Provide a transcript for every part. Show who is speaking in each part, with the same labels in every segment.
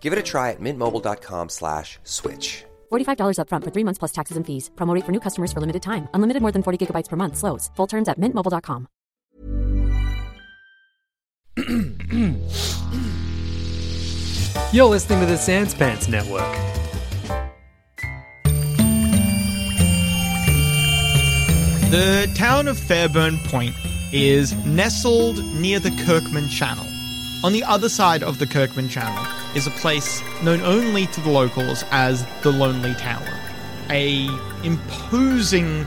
Speaker 1: Give it a try at mintmobile.com slash switch.
Speaker 2: $45 upfront for three months plus taxes and fees. Promo rate for new customers for limited time. Unlimited more than 40 gigabytes per month. Slows. Full terms at mintmobile.com.
Speaker 3: You're listening to the Sans Pants Network.
Speaker 4: The town of Fairburn Point is nestled near the Kirkman Channel. On the other side of the Kirkman Channel is a place known only to the locals as the Lonely Tower, a imposing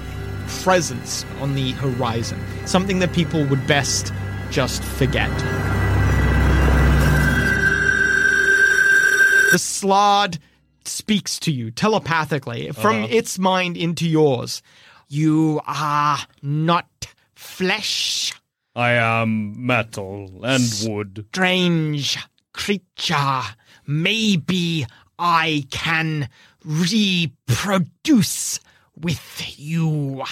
Speaker 4: presence on the horizon, something that people would best just forget. The slod speaks to you telepathically from its mind into yours. You are not flesh,
Speaker 5: I am metal and wood.
Speaker 4: strange creature. Maybe I can reproduce with you.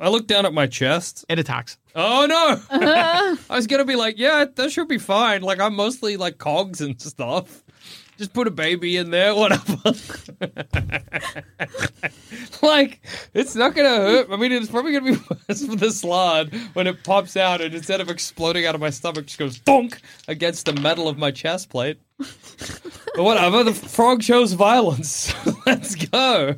Speaker 5: I look down at my chest.
Speaker 4: It attacks.
Speaker 5: Oh no! I was gonna be like, yeah, that should be fine. Like I'm mostly like cogs and stuff. Just put a baby in there, whatever. like it's not gonna hurt. I mean, it's probably gonna be worse for the slod when it pops out, and instead of exploding out of my stomach, just goes thunk against the metal of my chest plate. but whatever, the frog shows violence. Let's go.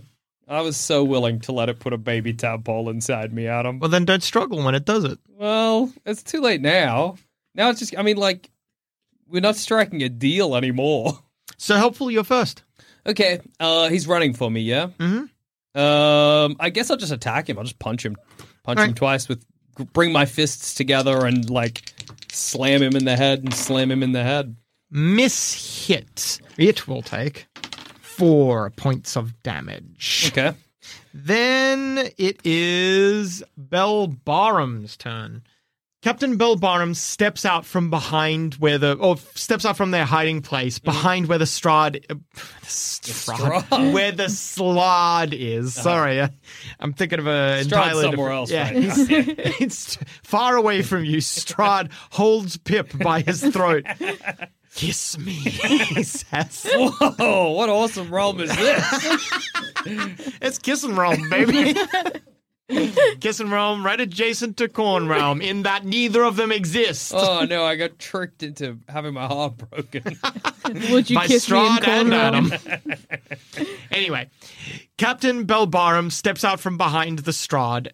Speaker 5: I was so willing to let it put a baby tadpole inside me, Adam.
Speaker 4: Well, then don't struggle when it does it.
Speaker 5: Well, it's too late now. Now it's just, I mean, like, we're not striking a deal anymore.
Speaker 4: So helpful, you're first.
Speaker 5: Okay, uh, he's running for me, yeah?
Speaker 4: Mhm.
Speaker 5: Mm-hmm. Um, I guess I'll just attack him. I'll just punch him. Punch him
Speaker 4: Alright.
Speaker 5: twice with, bring my fists together and, like, slam him in the head and slam him in the head.
Speaker 4: Miss hit. It will take four points of damage.
Speaker 5: Okay.
Speaker 4: Then it is Bell Barham's turn. Captain Bell Barham steps out from behind where the or steps out from their hiding
Speaker 5: Mm-hmm.
Speaker 4: place behind where the Strad, uh, the Strad-
Speaker 5: Strad.
Speaker 4: where the Slod is. Sorry, I, I'm thinking of a
Speaker 5: Strad
Speaker 4: entirely
Speaker 5: Uh-huh. somewhere
Speaker 4: different-
Speaker 5: else
Speaker 4: Yeah,
Speaker 5: right now.
Speaker 4: it's, it's far away from you. Strad holds Pip by his throat. Kiss me, he says.
Speaker 5: Whoa, Oh, what awesome realm is this?
Speaker 4: It's Kiss and Realm, baby. Kiss and Realm, right adjacent to Corn Realm, in that neither of them exists.
Speaker 5: oh, no, I got tricked into having my heart broken.
Speaker 6: Would you
Speaker 4: by
Speaker 6: kiss me in
Speaker 4: Strahd and
Speaker 6: cornrow?
Speaker 4: Adam. anyway, Captain Belbarum steps out from behind the Strahd.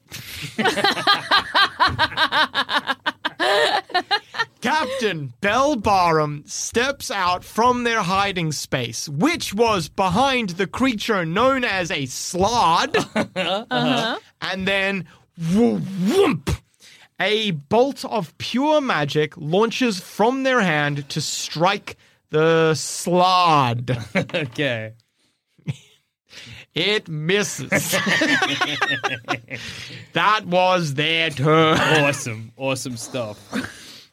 Speaker 4: Captain Belbarum steps out from their hiding space, which was behind the creature known as a slod,
Speaker 6: Uh-huh.
Speaker 4: and then woo- whoomp. A bolt of pure magic launches from their hand to strike the slod.
Speaker 5: okay.
Speaker 4: It misses. that was their turn.
Speaker 5: Awesome, awesome stuff.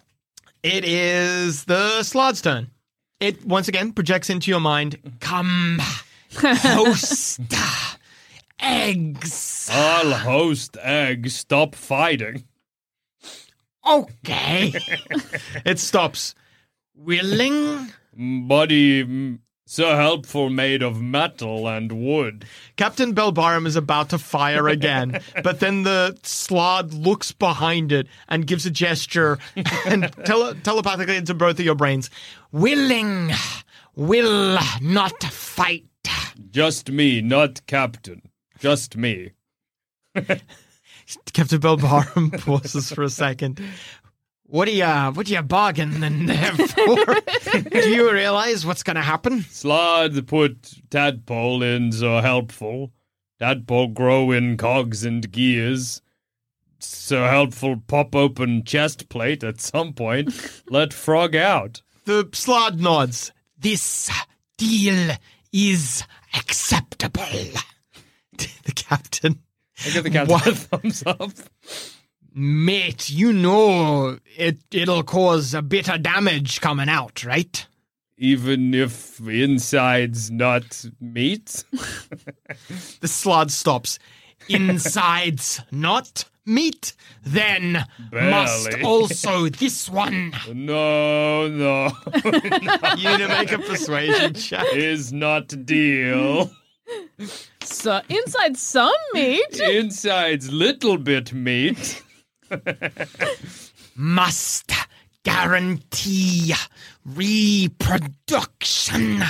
Speaker 4: It is the slod's turn. It once again projects into your mind. Come, host eggs.
Speaker 5: I'll host egg. Stop fighting.
Speaker 4: Okay. it stops. Willing.
Speaker 5: Buddy, mm, so helpful made of metal and wood.
Speaker 4: Captain Belbarum is about to fire again, but then the slod looks behind it and gives a gesture and tele- telepathically into both of your brains. Willing will not fight.
Speaker 5: Just me, not captain. Just me.
Speaker 4: Captain Belbarum pauses for a second. What are you, what are you bargaining there for? Do you realize what's going to happen?
Speaker 5: Slod put tadpole in so helpful. Tadpole grow in cogs and gears. So helpful pop open chest plate at some point. Let frog out.
Speaker 4: The slod nods. This deal is acceptable. the captain.
Speaker 5: I give the captain
Speaker 4: What?
Speaker 5: a thumbs up.
Speaker 4: Mate, you know it, it'll cause a bit of damage coming out, right?
Speaker 5: Even if inside's not meat.
Speaker 4: The slod stops. Insides not meat, then must
Speaker 5: Barely.
Speaker 4: also this one.
Speaker 5: No, no.
Speaker 4: You need to make a persuasion check.
Speaker 5: Is not deal.
Speaker 6: So, inside some meat.
Speaker 5: Inside's little bit meat.
Speaker 4: Must guarantee reproduction.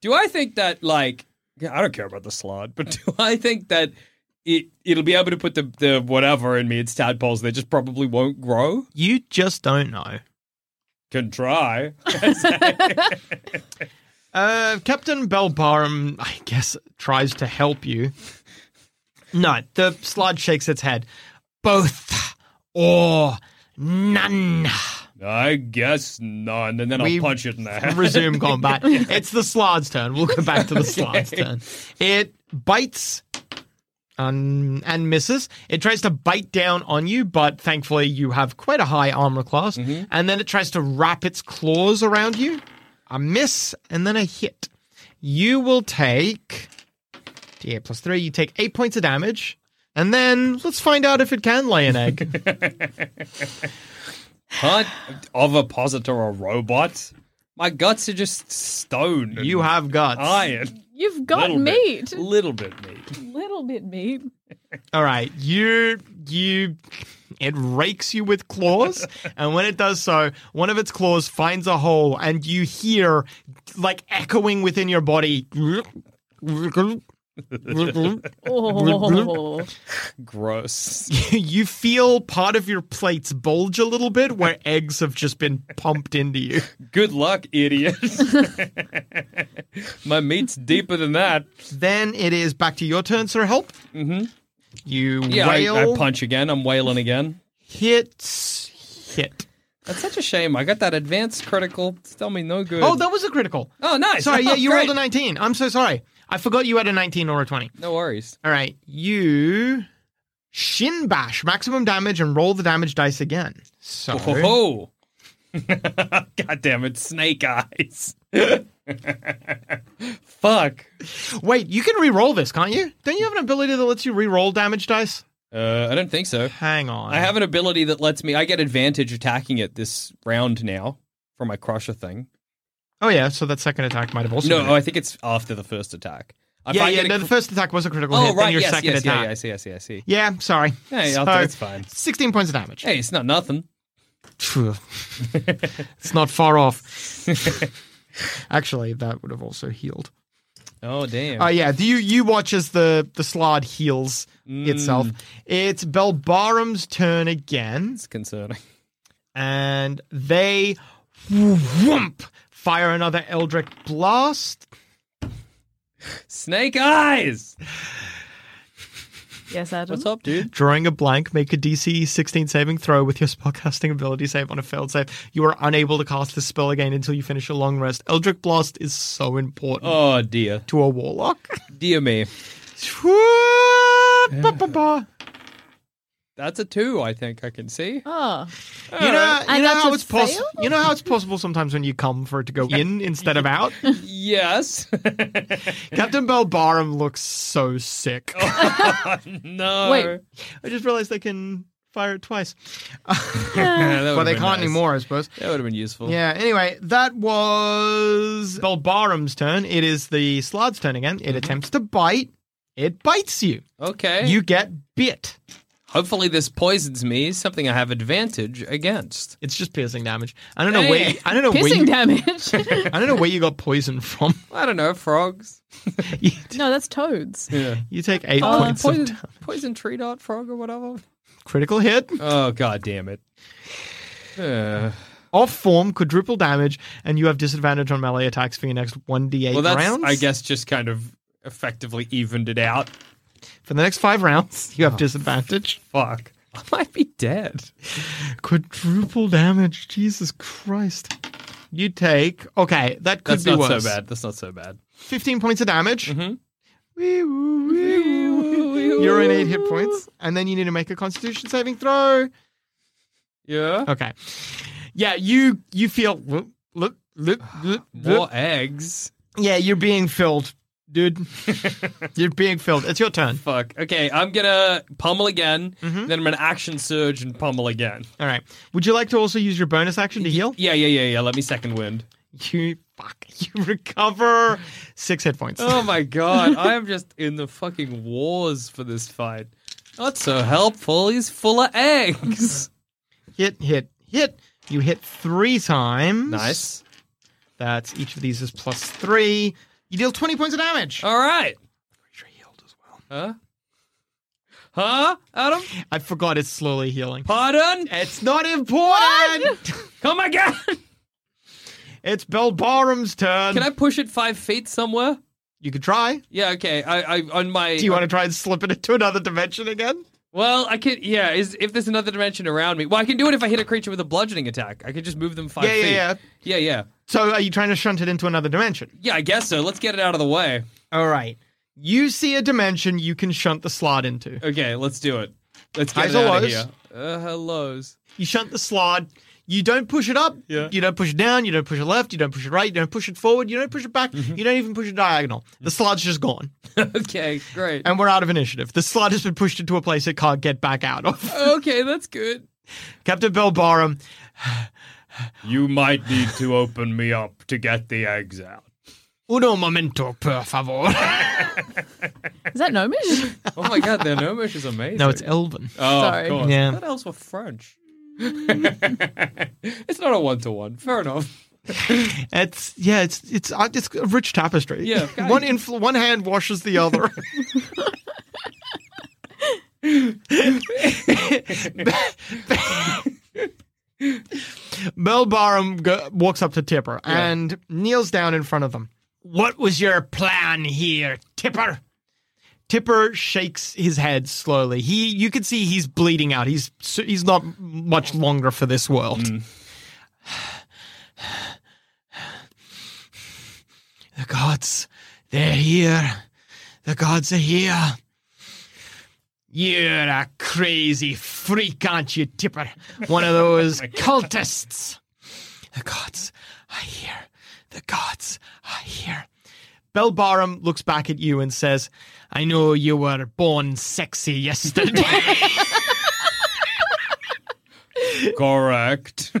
Speaker 5: Do I think that like I don't care about the slot, but do I think that it it'll be able to put the, the whatever in me? It's tadpoles. They just probably won't grow.
Speaker 4: You just don't know.
Speaker 5: Can try.
Speaker 4: Uh, Captain Belbarum, I guess, tries to help you. No, the slide shakes its head. Both or none.
Speaker 5: I guess none. And then
Speaker 4: We-
Speaker 5: I'll punch it in the head.
Speaker 4: Resume combat. it's the slide's turn. We'll go back to the slide's turn. It bites um, and misses. It tries to bite down on you, but thankfully you have quite a high armor class. And then it tries to wrap its claws around you. A miss and then a hit. You will take D8 plus three. You take eight points of damage. And then let's find out if it can lay an egg.
Speaker 5: Can't ovipositor a robot? My guts are just stone. and
Speaker 4: you have guts.
Speaker 5: iron.
Speaker 6: You've got
Speaker 5: Little
Speaker 6: meat.
Speaker 5: bit. Little bit meat.
Speaker 6: Little bit meat.
Speaker 4: All right, you you it rakes you with claws, and when it does so, one of its claws finds a hole, and you hear like echoing within your body.
Speaker 6: Oh.
Speaker 5: Gross.
Speaker 4: You feel part of your plates bulge a little bit where eggs have just been pumped into you.
Speaker 5: Good luck, idiot. My meat's deeper than that.
Speaker 4: Then it is back to your turn, sir. Help. Mm-hmm. You
Speaker 5: Yeah, I,
Speaker 4: wail,
Speaker 5: I punch again. I'm wailing again.
Speaker 4: hits, hit.
Speaker 5: That's such a shame. I got that advanced critical. Still me no good.
Speaker 4: Oh, that was a critical.
Speaker 5: Oh, nice.
Speaker 4: Sorry, yeah,
Speaker 5: Oh,
Speaker 4: you
Speaker 5: great.
Speaker 4: rolled a 19. I'm so sorry. I forgot you had a 19 or a 20.
Speaker 5: No worries.
Speaker 4: All right, you shin bash maximum damage and roll the damage dice again. So
Speaker 5: Ho ho. ho. God damn it, snake eyes. Fuck.
Speaker 4: wait, you can re-roll this, can't you? Don't you have an ability that lets you re-roll damage dice?
Speaker 5: Uh, I don't think so.
Speaker 4: Hang on,
Speaker 5: I have an ability that lets me. I get advantage attacking it this round now for my crusher thing.
Speaker 4: Oh yeah, so that second attack might have also. been
Speaker 5: No,
Speaker 4: it.
Speaker 5: I think it's after the first attack. If
Speaker 4: yeah,
Speaker 5: I
Speaker 4: yeah.
Speaker 5: get a
Speaker 4: No,
Speaker 5: cr-
Speaker 4: the first attack was a critical
Speaker 5: Oh
Speaker 4: hit.
Speaker 5: right,
Speaker 4: then your
Speaker 5: yes,
Speaker 4: second
Speaker 5: yes, yeah,
Speaker 4: attack.
Speaker 5: yeah, I see, I see, I see.
Speaker 4: Yeah, sorry.
Speaker 5: Hey,
Speaker 4: so,
Speaker 5: that's fine. Eh.
Speaker 4: Sixteen points of damage.
Speaker 5: Hey, it's not nothing.
Speaker 4: Phew. it's not far off. Actually, that would have also healed.
Speaker 5: Oh damn.
Speaker 4: Oh yeah, you you watch as the the slod heals itself. It's Belbarum's turn again,
Speaker 5: It's concerning.
Speaker 4: and they whoomp, fire another Eldric blast.
Speaker 5: Snake eyes.
Speaker 6: Yes, Adam.
Speaker 5: What's up, dude?
Speaker 4: Drawing a blank, make a DC 16 saving throw with your spellcasting ability save on a failed save. You are unable to cast this spell again until you finish a long rest. Eldric blast is so important
Speaker 5: Oh dear,
Speaker 4: to a warlock.
Speaker 5: dear me.
Speaker 4: Ba-ba-ba.
Speaker 5: That's a two. I think I can see.
Speaker 6: Oh.
Speaker 4: You know, you
Speaker 6: And
Speaker 4: know
Speaker 6: that's
Speaker 4: how
Speaker 6: a
Speaker 4: it's possible.
Speaker 6: fail?
Speaker 4: You know how it's possible sometimes when you come for it to go in instead of out.
Speaker 5: yes.
Speaker 4: Captain Belbarum looks so sick.
Speaker 5: Oh. no.
Speaker 6: Wait.
Speaker 4: I just realized they can fire it twice,
Speaker 5: Yeah, that
Speaker 4: but
Speaker 5: would've
Speaker 4: they
Speaker 5: been
Speaker 4: can't
Speaker 5: nice.
Speaker 4: anymore, I suppose.
Speaker 5: That would have been useful.
Speaker 4: Yeah. Anyway, that was Belbarum's turn. It is the Slard's
Speaker 5: Mm-hmm.
Speaker 4: turn again. It attempts to bite. It bites you.
Speaker 5: Okay.
Speaker 4: You get bit.
Speaker 5: Hopefully, this poisons me, something I have advantage against.
Speaker 4: It's just piercing damage. I don't know
Speaker 5: Hey,
Speaker 4: where. you- I don't know where.
Speaker 6: Piercing
Speaker 4: You,
Speaker 6: damage.
Speaker 4: I don't know where you got poison from.
Speaker 5: I don't know, frogs.
Speaker 4: You,
Speaker 6: no, that's toads.
Speaker 5: Yeah.
Speaker 4: you take eight
Speaker 6: Uh,
Speaker 4: points of
Speaker 5: Poison,
Speaker 4: da-
Speaker 5: poison tree dot frog or whatever.
Speaker 4: critical hit.
Speaker 5: Oh, god damn it. Uh,
Speaker 4: Off form, quadruple damage, and you have disadvantage on melee attacks for your next one d8
Speaker 5: well, that's,
Speaker 4: rounds.
Speaker 5: I guess, just kind of effectively evened it out.
Speaker 4: for the next five rounds,
Speaker 5: Oh.
Speaker 4: you have disadvantage.
Speaker 5: Fuck. I might be dead.
Speaker 4: Quadruple damage. Jesus Christ. You take okay. That could
Speaker 5: That's
Speaker 4: be
Speaker 5: not
Speaker 4: worse.
Speaker 5: so bad. That's not so bad.
Speaker 4: Fifteen points of damage.
Speaker 5: Mhm.
Speaker 4: Wee woo, wee woo. You're in eight hit points, and then you need to make a Constitution saving throw.
Speaker 5: Yeah.
Speaker 4: Okay. Yeah, you you feel look look look, look,
Speaker 5: More
Speaker 4: look.
Speaker 5: eggs.
Speaker 4: Yeah, you're being filled, dude. you're being filled. It's your turn.
Speaker 5: Fuck. Okay, I'm gonna pummel again.
Speaker 4: Mhm.
Speaker 5: Then I'm gonna action surge and pummel again.
Speaker 4: All right. Would you like to also use your bonus action to heal?
Speaker 5: Yeah, yeah, yeah, yeah. Let me second wind.
Speaker 4: You fuck. You recover six hit points.
Speaker 5: Oh my god, I am just in the fucking wars for this fight. Not so helpful. He's full of eggs.
Speaker 4: Hit hit hit. You hit three times.
Speaker 5: Nice.
Speaker 4: That's each of these is plus three. You deal twenty points of damage.
Speaker 5: All right. Huh? Huh? Adam?
Speaker 4: I forgot it's slowly healing.
Speaker 5: Pardon?
Speaker 4: It's not important.
Speaker 5: Come again.
Speaker 4: it's Belbarum's turn.
Speaker 5: Can I push it five feet somewhere?
Speaker 4: You could try.
Speaker 5: Yeah. Okay. I, I on my.
Speaker 4: Do you want to try and slip it into another dimension again?
Speaker 5: Well, I can. Yeah, is if there's another dimension around me. Well, I can do it if I hit a creature with a bludgeoning attack. I could just move them five
Speaker 4: Yeah, yeah,
Speaker 5: feet.
Speaker 4: yeah.
Speaker 5: yeah, yeah, yeah.
Speaker 4: So are you trying to shunt it into another dimension?
Speaker 5: I guess so. Let's get it out of the way.
Speaker 4: All right. You see a dimension you can shunt the slot into.
Speaker 5: Okay, let's do it. Let's get
Speaker 4: Highs
Speaker 5: it
Speaker 4: or
Speaker 5: out of
Speaker 4: lows?
Speaker 5: here. Uh, hellos.
Speaker 4: You shunt the slot. You don't push it up.
Speaker 5: Yeah.
Speaker 4: You don't push it down. You don't push it left. You don't push it right. You don't push it forward. You don't push it back. You don't even push it diagonal. The slot's just gone.
Speaker 5: okay, great.
Speaker 4: And we're out of initiative. The slot has been pushed into a place it can't get back out of.
Speaker 5: okay, that's good.
Speaker 4: Captain Belbarum,
Speaker 5: You might need to open me up to get the eggs out.
Speaker 4: uno momento, per favor.
Speaker 6: Is that gnomish?
Speaker 5: Oh my god, their gnomish is amazing.
Speaker 4: no, it's Elven.
Speaker 5: oh,
Speaker 6: Sorry.
Speaker 5: Of course.
Speaker 4: Yeah.
Speaker 5: That elves were French. it's not a one to one. Fair enough.
Speaker 4: It's yeah, it's it's uh, it's a rich tapestry.
Speaker 5: Yeah, okay.
Speaker 4: one influ- one hand washes the other. Mel Barham go- walks up to Tipper and kneels down in front of them. What was your plan here, Tipper? Tipper shakes his head slowly. He, you can see he's bleeding out. He's he's not much longer for this world. The gods, they're here. The gods are here. You're a crazy freak, aren't you, Tipper? One of those cultists. The gods are here. The gods are here. Belbarum looks back at you and says, I know you were born sexy yesterday.
Speaker 5: Correct.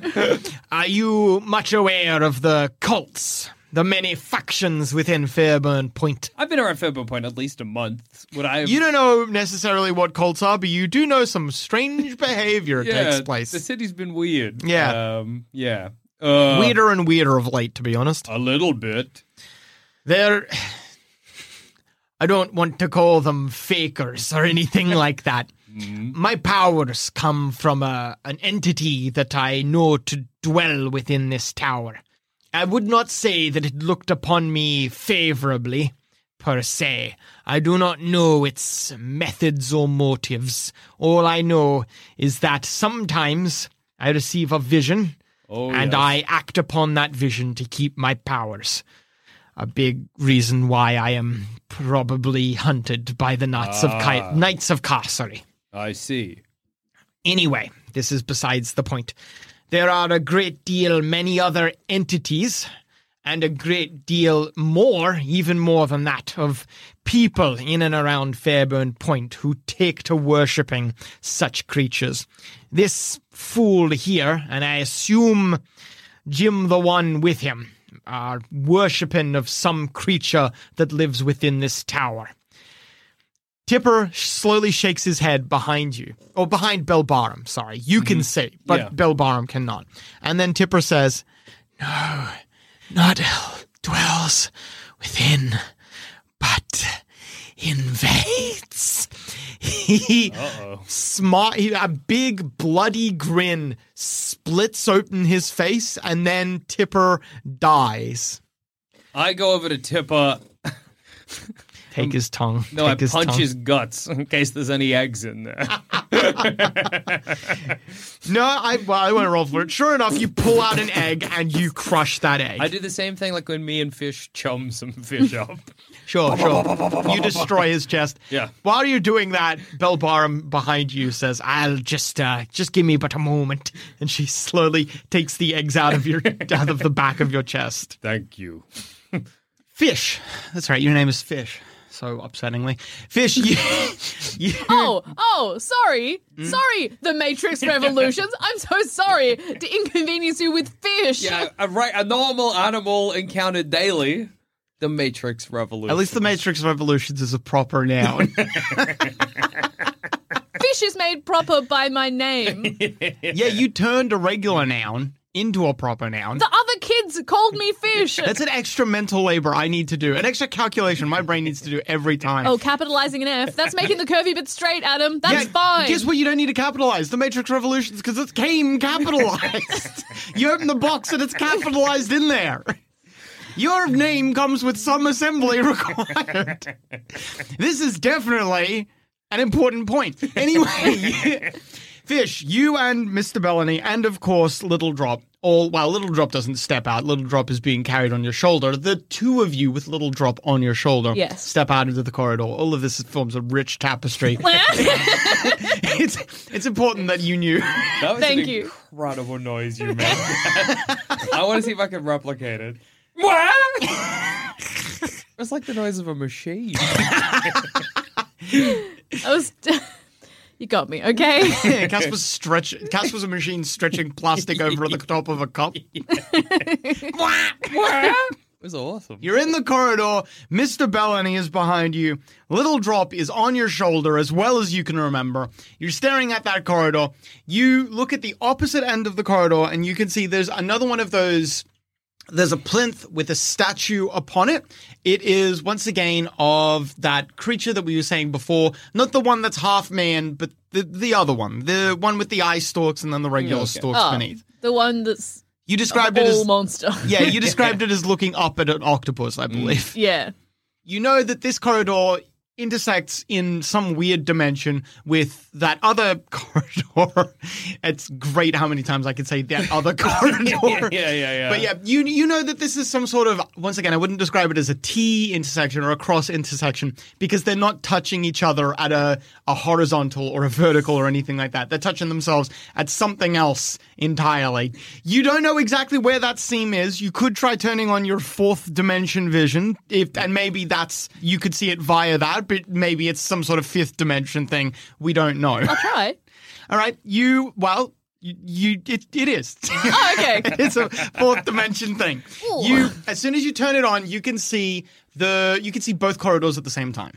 Speaker 4: are you much aware of the cults, the many factions within Fairburn Point?
Speaker 5: I've been around Fairburn Point at least a month. Would I have
Speaker 4: You don't know necessarily what cults are, but you do know some strange behavior takes
Speaker 5: The
Speaker 4: place.
Speaker 5: city's been weird.
Speaker 4: Yeah.
Speaker 5: Um, yeah. Uh,
Speaker 4: Weirder and weirder of late, to be honest.
Speaker 5: A little bit.
Speaker 4: They're. I don't want to call them fakers or anything like that.
Speaker 5: Mm-hmm.
Speaker 4: My powers come from a, an entity that I know to dwell within this tower. I would not say that it looked upon me favorably, per se. I do not know its methods or motives. All I know is that sometimes I receive a vision,
Speaker 5: Oh,
Speaker 4: and
Speaker 5: yes.
Speaker 4: I act upon that vision to keep my powers. A big reason why I am probably hunted by the Knights of Ki- Knights of Carcery.
Speaker 5: I see.
Speaker 4: Anyway, this is besides the point. There are a great deal many other entities and a great deal more, even more than that, of people in and around Fairburn Point who take to worshipping such creatures. This fool here, and I assume Jim the one with him, are worshipping of some creature that lives within this tower. Tipper slowly shakes his head behind you, or behind Belbarum, sorry. You can see, but
Speaker 5: Mm-hmm. Yeah.
Speaker 4: Belbarum cannot. And then Tipper says, No, Nardel dwells within, but invades. He smart, he, a big bloody grin splits open his face, and then Tipper dies.
Speaker 5: I go over to Tipper.
Speaker 4: Take his tongue.
Speaker 5: Um, No,
Speaker 4: Take
Speaker 5: I
Speaker 4: his
Speaker 5: punch
Speaker 4: tongue.
Speaker 5: his guts in case there's any eggs in there.
Speaker 4: No, I, well, I won't roll for it. Sure enough, you pull out an egg and you crush that egg.
Speaker 5: I do the same thing like when me and Fish chum some fish up.
Speaker 4: sure, sure. you destroy his chest.
Speaker 5: Yeah.
Speaker 4: While you're doing that, Belbarum behind you says, "I'll just, uh, just give me but a moment," and she slowly takes the eggs out of your, out of the back of your chest.
Speaker 5: Thank you.
Speaker 4: Fish. That's right. Your name is Fish. So upsettingly, Fish. You, you,
Speaker 6: Oh, oh, sorry.
Speaker 4: Mm.
Speaker 6: Sorry, the Matrix Revolutions. I'm so sorry to inconvenience you with fish.
Speaker 5: Yeah, a, right, a normal animal encountered daily. The Matrix Revolution.
Speaker 4: At least the Matrix Revolutions is a proper noun.
Speaker 6: Fish is made proper by my name.
Speaker 4: yeah, you turned a regular noun into a proper noun.
Speaker 6: The other kids called me fish.
Speaker 4: That's an extra mental labor I need to do, an extra calculation my brain needs to do every time.
Speaker 6: Oh, capitalizing an F. That's making the curvy bit straight, Adam.
Speaker 4: Yeah,
Speaker 6: That's fine.
Speaker 4: Guess what? You don't need to capitalize the Matrix Revolutions because it came capitalized. you open the box and it's capitalized in there. Your name comes with some assembly required. this is definitely an important point. Anyway, Fish, you and Mr. Bellany, and of course Little Drop. All well, Little Drop doesn't step out. Little Drop is being carried on your shoulder. The two of you with Little Drop on your shoulder
Speaker 6: Yes.
Speaker 4: step out into the corridor. All of this forms a rich tapestry it's it's important that you knew.
Speaker 5: That was
Speaker 6: Thank
Speaker 5: an
Speaker 6: you.
Speaker 5: incredible noise you made. I want to see if I can replicate it. it's like the noise of a machine.
Speaker 6: I was. you got me, okay?
Speaker 4: Casper's stretch. Casper's a machine stretching plastic over the top of a cup.
Speaker 5: It was awesome.
Speaker 4: You're in the corridor. Mr. Bellany is behind you. Little Drop is on your shoulder as well as you can remember. You're staring at that corridor. You look at the opposite end of the corridor and you can see there's another one of those. There's a plinth with a statue upon it. It is once again of that creature that we were saying before, not the one that's half man, but the, the other one, the one with the eye stalks and then the regular stalks
Speaker 6: Oh,
Speaker 4: beneath.
Speaker 6: the one that's
Speaker 4: You described it
Speaker 6: all
Speaker 4: as
Speaker 6: monster.
Speaker 4: yeah, you described it as looking up at an octopus, I believe
Speaker 6: yeah.
Speaker 4: you know that this corridor intersects in some weird dimension with that other corridor. it's great how many times I can say that other corridor.
Speaker 5: yeah, yeah.
Speaker 4: But yeah, you you know that this is some sort of once again, I wouldn't describe it as a T intersection or a cross intersection because they're not touching each other at a, a horizontal or a vertical or anything like that. They're touching themselves at something else entirely. You don't know exactly where that seam is. You could try turning on your fourth dimension vision if and maybe that's you could see it via that, but maybe it's some sort of fifth dimension thing. We don't know.
Speaker 6: Try.
Speaker 4: All right, you well, you, you it, it is.
Speaker 6: Oh, okay.
Speaker 4: it's a fourth dimension thing. You as soon as you turn it on, you can see the you can see both corridors at the same time.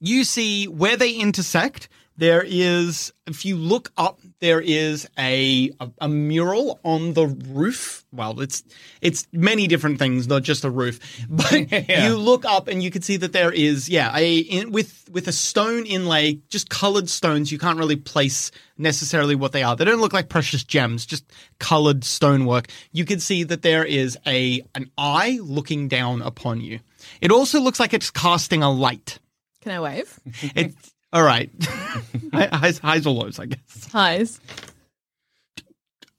Speaker 4: You see where they intersect. There is if you look up, there is a a, a mural on the roof. Well, it's it's many different things, not just a roof. But you look up and you can see that there is yeah a in, with with a stone inlay, just colored stones. You can't really place necessarily what they are. They don't look like precious gems, just colored stonework. You can see that there is a an eye looking down upon you. It also looks like it's casting a light.
Speaker 6: Can I wave?
Speaker 4: It all right. Hi- highs, highs or lows, I guess.
Speaker 6: Highs.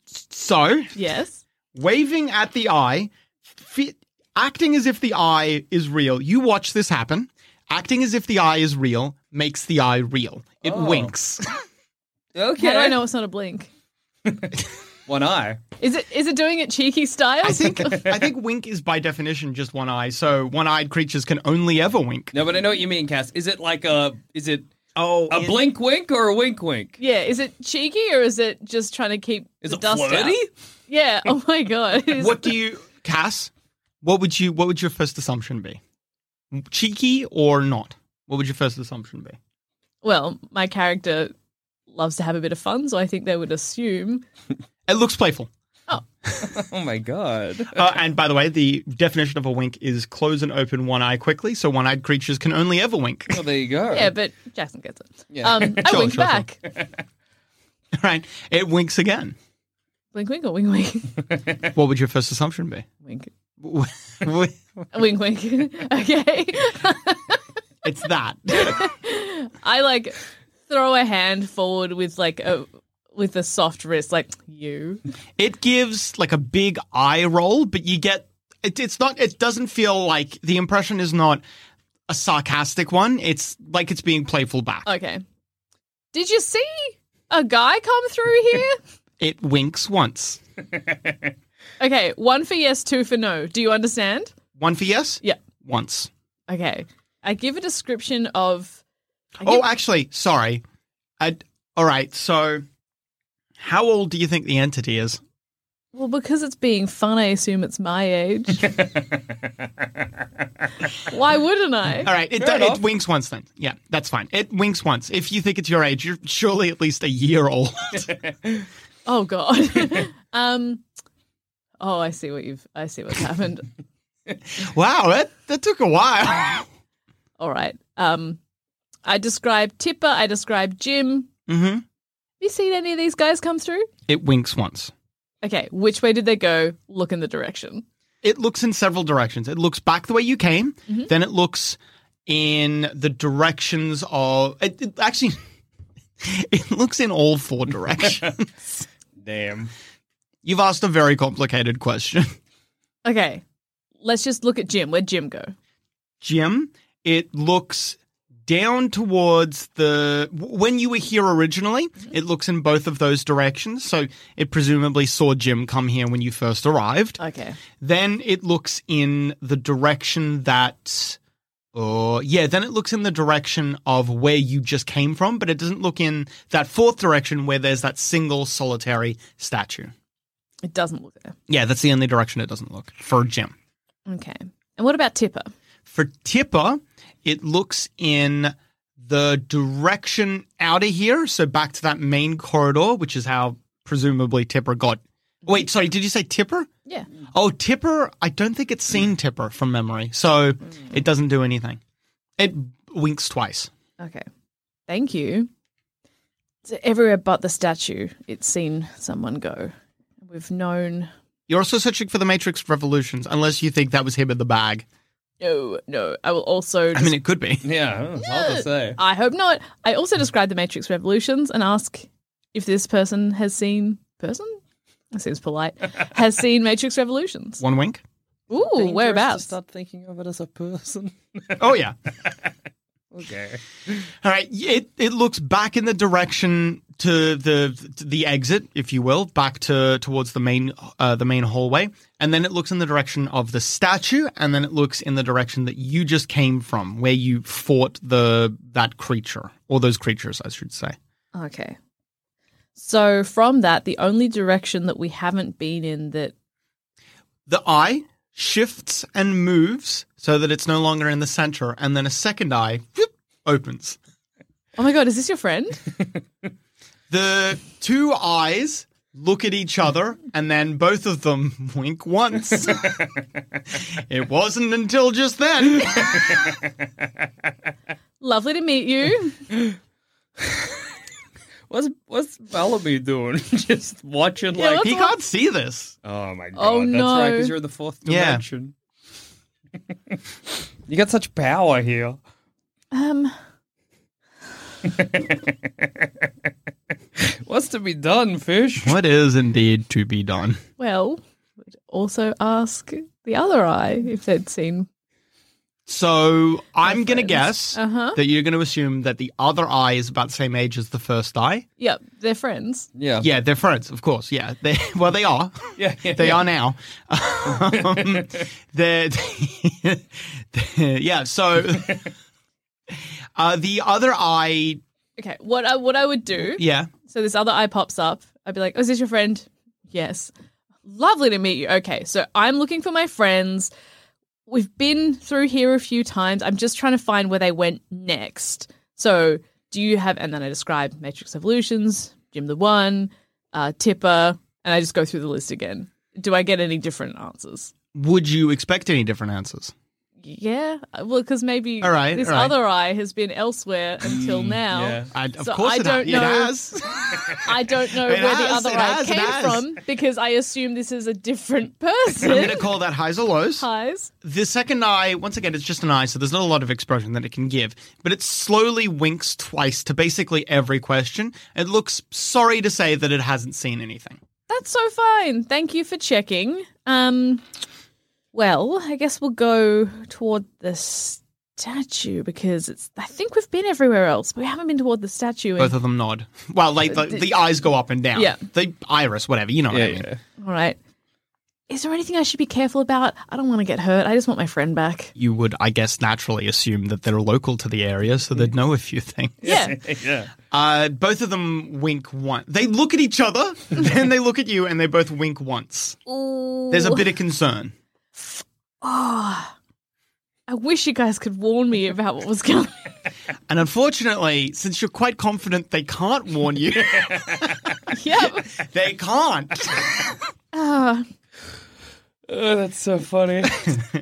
Speaker 4: So
Speaker 6: Yes.
Speaker 4: waving at the eye, fi- acting as if the eye is real. You watch this happen. Acting as if the eye is real makes the eye real. It winks.
Speaker 5: Okay.
Speaker 6: How do I know it's not a blink?
Speaker 5: One eye.
Speaker 6: Is it is it doing it cheeky style?
Speaker 4: I think I think wink is by definition just one eye, so one-eyed creatures can only ever wink.
Speaker 5: No, but I know what you mean, Cass. Is it like a is it
Speaker 4: Oh,
Speaker 5: a blink wink or a wink wink?
Speaker 6: yeah. Is it cheeky or is it just trying to keep
Speaker 5: Is
Speaker 6: the
Speaker 5: it
Speaker 6: dust
Speaker 5: flirty?
Speaker 6: out? Yeah. Oh my god. It is-
Speaker 4: What do you, Cass? What would you? What would your first assumption be? Cheeky or not? What would your first assumption be?
Speaker 6: well, my character loves to have a bit of fun, so I think they would assume.
Speaker 4: It looks playful.
Speaker 5: Oh my god.
Speaker 4: Uh, and by the way, the definition of a wink is close and open one eye quickly, so one eyed creatures can only ever wink.
Speaker 5: Well, there you go.
Speaker 6: Yeah, but Jackson gets it.
Speaker 5: Yeah.
Speaker 6: Um, I
Speaker 4: Sure,
Speaker 6: wink
Speaker 4: sure, sure.
Speaker 6: back.
Speaker 4: right? It winks again.
Speaker 6: Wink, wink, or wink, wink.
Speaker 4: What would your first assumption be?
Speaker 6: wink.
Speaker 4: it's
Speaker 6: Wink, wink. okay.
Speaker 4: that.
Speaker 6: I like throw a hand forward with like a. With a soft wrist, like you.
Speaker 4: It gives like a big eye roll, but you get it, it's not. It doesn't feel like the impression is not a sarcastic one. It's like it's being playful back.
Speaker 6: Okay. Did you see a guy come through here?
Speaker 4: It winks once.
Speaker 6: Okay, one for yes, two for no. Do you understand?
Speaker 4: One for yes.
Speaker 6: Yeah.
Speaker 4: Once.
Speaker 6: Okay. I give a description of. I
Speaker 4: Oh,
Speaker 6: give-
Speaker 4: actually, sorry. I, all right. So, how old do you think the entity is?
Speaker 6: well, because it's being fun, I assume it's my age. Why wouldn't
Speaker 4: All
Speaker 6: I?
Speaker 4: right, it,
Speaker 5: Fair
Speaker 4: do- it
Speaker 5: enough.
Speaker 4: winks once then. Yeah, that's fine. It winks once. If you think it's your age, you're surely at least a year old.
Speaker 6: Oh God. um. Oh, I see what you've. I see what's happened.
Speaker 4: wow, that, that took a while.
Speaker 6: All right. Um, I describe Tipper. I describe Jim. Have
Speaker 4: mm-hmm.
Speaker 6: you seen any of these guys come through?
Speaker 4: It winks once.
Speaker 6: Okay. Which way did they go? Look in the direction.
Speaker 4: It looks in several directions. It looks back the way you came, then it looks in the directions of. It, it actually, it looks in all four directions.
Speaker 5: Damn.
Speaker 4: You've asked a very complicated question.
Speaker 6: Okay. Let's just look at Jim. Where'd Jim go?
Speaker 4: Jim, it looks down towards the when you were here originally it looks in both of those directions so it presumably saw jim come here when you first arrived
Speaker 6: Okay.
Speaker 4: then it looks in the direction that uh, yeah then it looks in the direction of where you just came from but it doesn't look in that fourth direction where there's that single solitary statue
Speaker 6: It doesn't look there.
Speaker 4: yeah that's the only direction it doesn't look for jim
Speaker 6: Okay. And what about Tipper?
Speaker 4: For Tipper, it looks in the direction out of here, so back to that main corridor, which is how presumably Tipper got. Wait, sorry, did you say Tipper?
Speaker 6: Yeah.
Speaker 4: Oh, Tipper, I don't think it's seen Tipper from memory, so it doesn't do anything. It winks twice.
Speaker 6: Okay. Thank you. So everywhere but the statue, it's seen someone go. We've known.
Speaker 4: You're also searching for the Matrix Revolutions, unless you think that was him in the bag.
Speaker 6: No, no. I will also.
Speaker 4: I mean, it could be.
Speaker 5: Yeah, it's hard to say.
Speaker 6: I hope not. I also describe the Matrix Revolutions and ask if this person has seen. Person? That seems polite. has seen Matrix Revolutions.
Speaker 4: One wink.
Speaker 6: Ooh, whereabouts?
Speaker 5: Start thinking of it as a person.
Speaker 4: Oh, yeah.
Speaker 5: Okay.
Speaker 4: All right, it it looks back in the direction to the to the exit, if you will, back to towards the main uh, the main hallway, and then it looks in the direction of the statue, and then it looks in the direction that you just came from, where you fought the that creature or those creatures, I should say.
Speaker 6: Okay. So from that, the only direction that we haven't been in that
Speaker 4: The eye shifts and moves so that it's no longer in the center, and then a second eye whoop, opens.
Speaker 6: Oh my god, is this your friend?
Speaker 4: The two eyes look at each other and then both of them wink once. it wasn't until just then.
Speaker 6: Lovely to meet you.
Speaker 5: What's what's Bellamy doing? Just watching
Speaker 6: Yeah,
Speaker 5: like
Speaker 6: what's-
Speaker 4: he can't see this.
Speaker 5: Oh my god.
Speaker 6: Oh,
Speaker 5: That's right,
Speaker 6: no.
Speaker 5: because you're in the fourth
Speaker 4: Yeah.
Speaker 5: dimension. you got such power here.
Speaker 6: Um,
Speaker 5: What's to be done, fish?
Speaker 4: What is indeed to be done?
Speaker 6: well, we'd also ask the other eye if they'd seen.
Speaker 4: So I'm going to
Speaker 6: friends.
Speaker 4: guess
Speaker 6: Uh-huh.
Speaker 4: that you're going to assume that the other eye is about the same age as the first eye.
Speaker 6: Yep, they're friends.
Speaker 5: Yeah.
Speaker 4: Yeah, they're friends, of course. Yeah, they well, they are.
Speaker 5: Yeah, yeah,
Speaker 4: they are now. Um, they're, they're- yeah. So uh, the other eye.
Speaker 6: Okay, what I what I would do?
Speaker 4: Yeah.
Speaker 6: So this other eye pops up. I'd be like, "Oh, is this your friend?" Yes. Lovely to meet you. Okay, so I'm looking for my friends. We've been through here a few times. I'm just trying to find where they went next. So do you have, and then I describe Matrix Evolutions, Jim the One, uh, Tipper, and I just go through the list again. Do I get any different answers?
Speaker 4: Would you expect any different answers?
Speaker 6: Yeah, uh, well, because maybe
Speaker 4: All right,
Speaker 6: this
Speaker 4: all right. Mm,
Speaker 6: other eye has been elsewhere until now.
Speaker 5: yeah.
Speaker 4: I, of
Speaker 6: So
Speaker 4: course,
Speaker 6: I
Speaker 4: it, ha-
Speaker 6: don't
Speaker 4: it
Speaker 6: know.
Speaker 4: has.
Speaker 6: I don't know
Speaker 4: It
Speaker 6: where
Speaker 4: has,
Speaker 6: the
Speaker 4: it
Speaker 6: other eye
Speaker 4: has, it
Speaker 6: came
Speaker 4: has.
Speaker 6: from because I assume this is a different person.
Speaker 4: I'm going to call that highs or lows.
Speaker 6: Eyes.
Speaker 4: The second eye, once again, it's just an eye, so there's not a lot of expression that it can give, but it slowly winks twice to basically every question. It looks sorry to say that it hasn't seen anything.
Speaker 6: That's so fine. Thank you for checking. Um, well, I guess we'll go toward the statue because it's. I think we've been everywhere else, but we haven't been toward the statue.
Speaker 4: Both of them nod. Well, like the, the eyes go up and down.
Speaker 6: Uh, Yeah.
Speaker 4: The iris, whatever, you know what I mean.
Speaker 6: All right. Is there anything I should be careful about? I don't want to get hurt. I just want my friend back.
Speaker 4: You would, I guess, naturally assume that they're local to the area, so
Speaker 6: Hmm.
Speaker 4: they'd know a few things.
Speaker 6: Yeah.
Speaker 5: yeah.
Speaker 4: Uh, both of them wink once. They look at each other, then they look at you, and they both wink once. There's a bit of concern.
Speaker 6: I wish you guys could warn me about what was going.
Speaker 4: And unfortunately, since you're quite confident they can't warn you,
Speaker 6: yep.
Speaker 4: they can't.
Speaker 6: Uh,
Speaker 5: Oh, that's so funny. I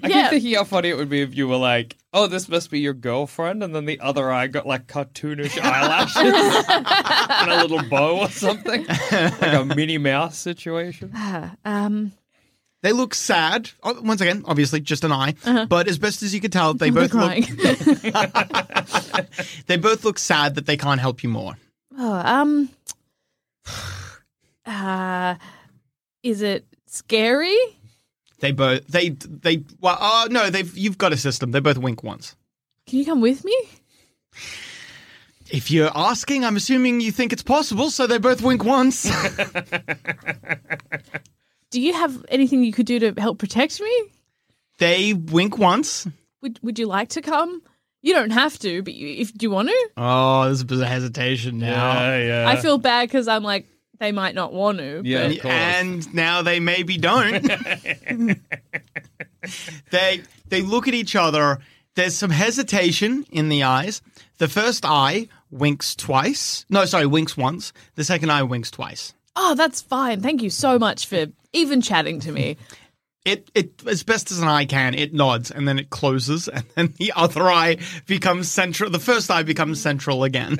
Speaker 6: Yeah.
Speaker 5: keep thinking how funny it would be if you were like, "Oh, this must be your girlfriend," and then the other eye got like cartoonish eyelashes and a little bow or something, like a Minnie Mouse situation.
Speaker 6: um.
Speaker 4: They look sad. Oh, Once again, obviously, just an eye. But as best as you could tell, they
Speaker 6: Uh-huh. They're
Speaker 4: both
Speaker 6: crying.
Speaker 4: look they both look sad that they can't help you more.
Speaker 6: Oh, um, uh, is it scary?
Speaker 4: They both they they well uh, no they've you've got a system. They both wink once.
Speaker 6: Can you come with me?
Speaker 4: If you're asking, I'm assuming you think it's possible, so they both wink once.
Speaker 6: Do you have anything you could do to help protect me?
Speaker 4: they wink once.
Speaker 6: Would Would you like to come? You don't have to, but you, if do you want to,
Speaker 4: Oh, there's a bit of hesitation now.
Speaker 5: yeah.
Speaker 6: I feel bad because I'm like they might not want to.
Speaker 5: Yeah,
Speaker 6: but-
Speaker 5: of course.
Speaker 4: And now they maybe don't. they they look at each other. There's some hesitation in the eyes. The first eye winks twice. No, sorry, winks once. The second eye winks twice.
Speaker 6: oh, that's fine. Thank you so much for even chatting to me.
Speaker 4: It it as best as an eye can, it nods and then it closes and then the other eye becomes central the first eye becomes central again.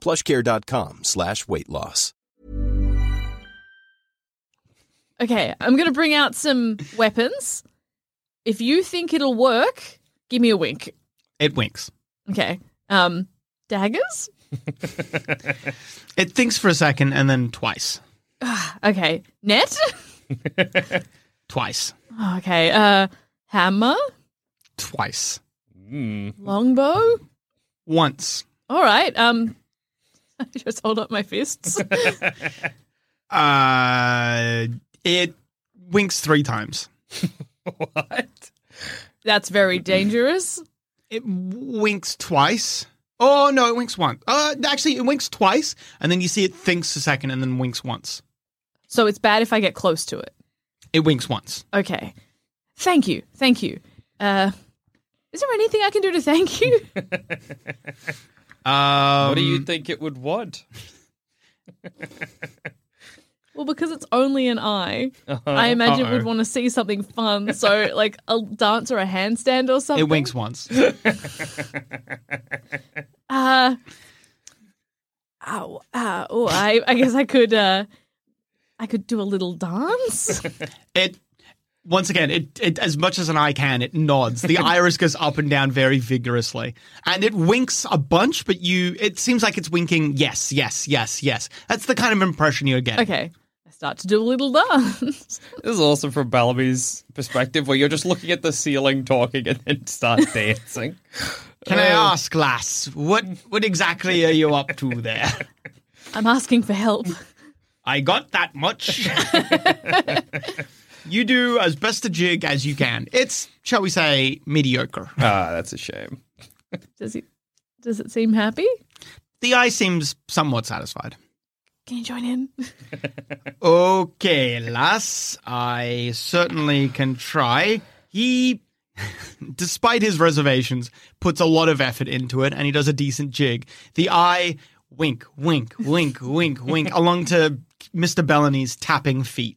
Speaker 7: plushcare.com slash weight loss.
Speaker 6: Okay, I'm gonna bring out some weapons. If you think it'll work, give me a wink.
Speaker 4: It winks.
Speaker 6: Okay. Um, daggers.
Speaker 4: It thinks for a second and then twice.
Speaker 6: Okay. Net.
Speaker 4: Twice.
Speaker 6: Okay. Uh, hammer.
Speaker 4: Twice.
Speaker 6: Longbow.
Speaker 4: Once.
Speaker 6: All right. Um, I just hold up my fists.
Speaker 4: Uh, it winks three times.
Speaker 5: what?
Speaker 6: That's very dangerous.
Speaker 4: It winks twice. Oh no, it winks once. Uh, actually, it winks twice, and then you see it thinks a second, and then winks once.
Speaker 6: So it's bad if I get close to it.
Speaker 4: It winks once.
Speaker 6: Okay. Thank you. Thank you. Uh, is there anything I can do to thank you?
Speaker 4: Um,
Speaker 5: What do you think it would want?
Speaker 6: well, because it's only an eye, I imagine it would
Speaker 4: Uh-huh. Uh-oh.
Speaker 6: want to see something fun. So, like a dance or a handstand or something.
Speaker 4: It winks once.
Speaker 6: Uh, ow, uh, oh, I, I guess I could, uh, I could do a little dance.
Speaker 4: It once again, it, it as much as an eye can, it nods. The iris goes up and down very vigorously, and it winks a bunch. But you, it seems like it's winking. Yes, yes, yes, yes. That's the kind of impression you're getting.
Speaker 6: Okay, I start to do a little dance.
Speaker 5: This is awesome from Bellamy's perspective, where you're just looking at the ceiling, talking, and then start dancing.
Speaker 4: Can I ask, lass, what what exactly are you up to there?
Speaker 6: I'm asking for help.
Speaker 4: I got that much. you do as best a jig as you can. It's, shall we say, mediocre.
Speaker 5: Ah, that's a shame.
Speaker 6: Does he? Does it seem happy?
Speaker 4: The eye seems somewhat satisfied.
Speaker 6: Can you join in? Oh,
Speaker 4: Okay, lass, I certainly can try. He, despite his reservations, puts a lot of effort into it and he does a decent jig. The eye wink, wink, wink, wink, wink along to Mr. Bellany's tapping feet.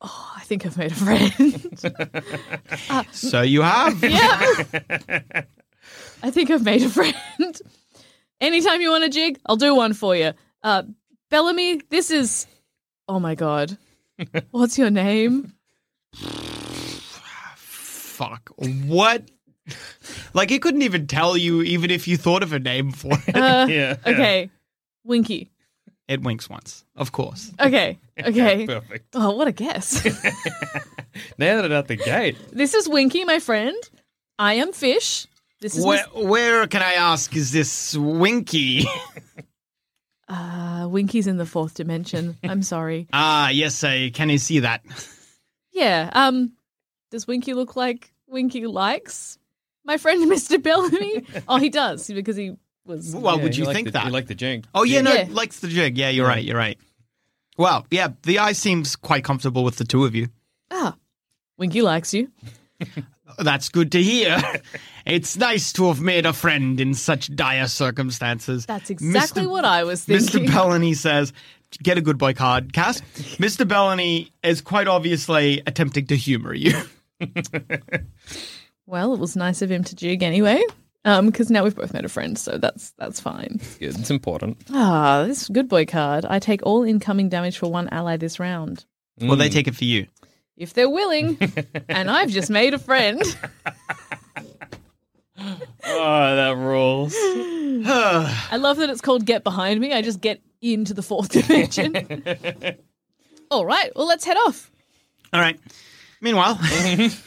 Speaker 6: Oh, I think I've made a friend.
Speaker 4: So you have.
Speaker 6: yeah. I think I've made a friend. Anytime you want a jig, I'll do one for you. Uh, Bellamy, this is. Oh my god. What's your name?
Speaker 4: Fuck. What? Like, he couldn't even tell you, even if you thought of a name for it.
Speaker 6: Uh,
Speaker 5: Yeah.
Speaker 6: Okay. Winky.
Speaker 4: It winks once, of course.
Speaker 6: Okay. Okay.
Speaker 5: Perfect.
Speaker 6: Oh, what a guess.
Speaker 5: Now that out the gate,
Speaker 6: this is Winky, my friend. I am Fish. This is
Speaker 4: Where,
Speaker 6: Miss-
Speaker 4: where can I ask, is this Winky?
Speaker 6: uh, Winky's in the fourth dimension. I'm sorry.
Speaker 4: Ah, yes, I can I see that.
Speaker 6: Yeah. Um. Does Winky look like Winky likes my friend Mr. Bellamy? oh, he does because he was.
Speaker 4: Well,
Speaker 5: Yeah,
Speaker 4: would you
Speaker 5: like
Speaker 4: think
Speaker 5: the,
Speaker 4: that?
Speaker 5: You like the jink?
Speaker 4: oh, yeah, no,
Speaker 6: Yeah.
Speaker 4: likes the jig. Yeah, you're right, you're right. Well, yeah, the eye seems quite comfortable with the two of you.
Speaker 6: Ah, Winky likes you.
Speaker 4: That's good to hear. it's nice to have made a friend in such dire circumstances.
Speaker 6: That's exactly what I was thinking.
Speaker 4: Mr. Bellany says, get a good boy card, Cass. Mr. Bellany is quite obviously attempting to humor you.
Speaker 6: Well, it was nice of him to jig anyway. Um, because now we've both made a friend, so that's that's fine.
Speaker 5: It's good. It's important.
Speaker 6: Ah, this good boy card. I take all incoming damage for one ally this round.
Speaker 4: Well, they take it for you.
Speaker 6: If they're willing, and I've just made a friend.
Speaker 5: Oh, that rules.
Speaker 6: I love that it's called Get Behind Me. I just get into the fourth dimension. All right, well, let's head off.
Speaker 4: All right. Meanwhile,
Speaker 5: Mm-hmm.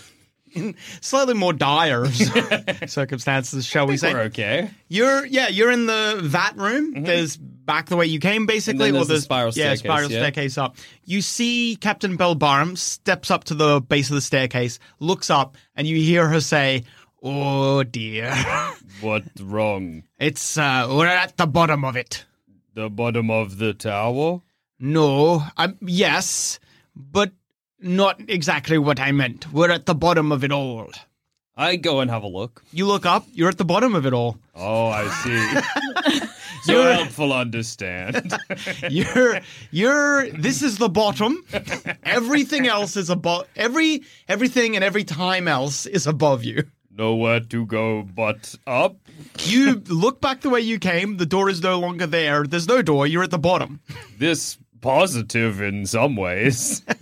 Speaker 4: in slightly more dire circumstances, shall we say?
Speaker 5: We're okay. Mm-hmm.
Speaker 4: You're yeah, you're in the vat room. There's back the way you came, basically,
Speaker 5: And then
Speaker 4: or
Speaker 5: there's the spiral
Speaker 4: yeah,
Speaker 5: staircase,
Speaker 4: spiral
Speaker 5: yeah.
Speaker 4: staircase up. You see Captain Bell Barham steps up to the base of the staircase, looks up, and you hear her say, "Oh dear,
Speaker 5: What's wrong?
Speaker 4: it's uh, we're at the bottom of it."
Speaker 5: The bottom of the tower?
Speaker 4: No, um, yes, but not exactly what I meant. We're at the bottom of it all.
Speaker 5: I go and have a look.
Speaker 4: You look up, you're at the bottom of it all.
Speaker 5: Oh, I see. so helpful, understand.
Speaker 4: You're you're this is the bottom. Everything else is above every everything and every time else is above you.
Speaker 5: Nowhere to go but up.
Speaker 4: You look back the way you came, the door is no longer there. There's no door, you're at the bottom.
Speaker 5: This positive in some ways.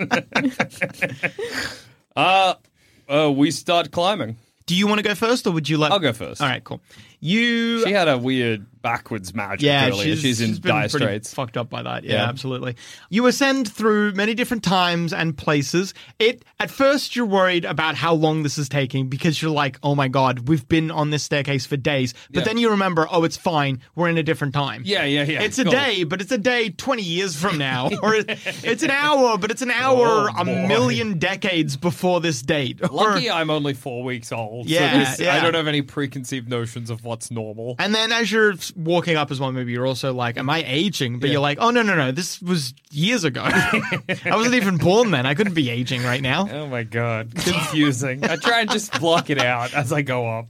Speaker 5: uh, uh, we start climbing.
Speaker 4: Do you want to go first or would you like
Speaker 5: I'll go first.
Speaker 4: All right, cool. You
Speaker 5: She had a weird backwards magic
Speaker 4: yeah,
Speaker 5: earlier. She's, in
Speaker 4: been
Speaker 5: dire
Speaker 4: pretty
Speaker 5: straits.
Speaker 4: Fucked up by that. Yeah,
Speaker 5: Yeah.
Speaker 4: absolutely. You ascend through many different times and places. It at first you're worried about how long this is taking because you're like, oh my god, we've been on this staircase for days. But
Speaker 5: Yeah.
Speaker 4: then you remember, oh, it's fine. We're in a different time.
Speaker 5: yeah, yeah, yeah.
Speaker 4: It's a
Speaker 5: cool.
Speaker 4: day, but it's a day 20 years from now. or it- it's an hour, but it's an hour
Speaker 5: Oh,
Speaker 4: a
Speaker 5: boy.
Speaker 4: million decades before this date. Or-
Speaker 5: Lucky I'm only four weeks old.
Speaker 3: normal. So
Speaker 4: Yeah,
Speaker 3: this-
Speaker 4: yeah.
Speaker 3: I don't have any preconceived notions of what's normal.
Speaker 4: And then as you're walking up as well, maybe you're also like, "Am I aging?" But you're like, "Oh no, no, no! This was years ago. I wasn't even born then. I couldn't be aging right now."
Speaker 3: Oh my god, confusing. I try and just block it out as I go up.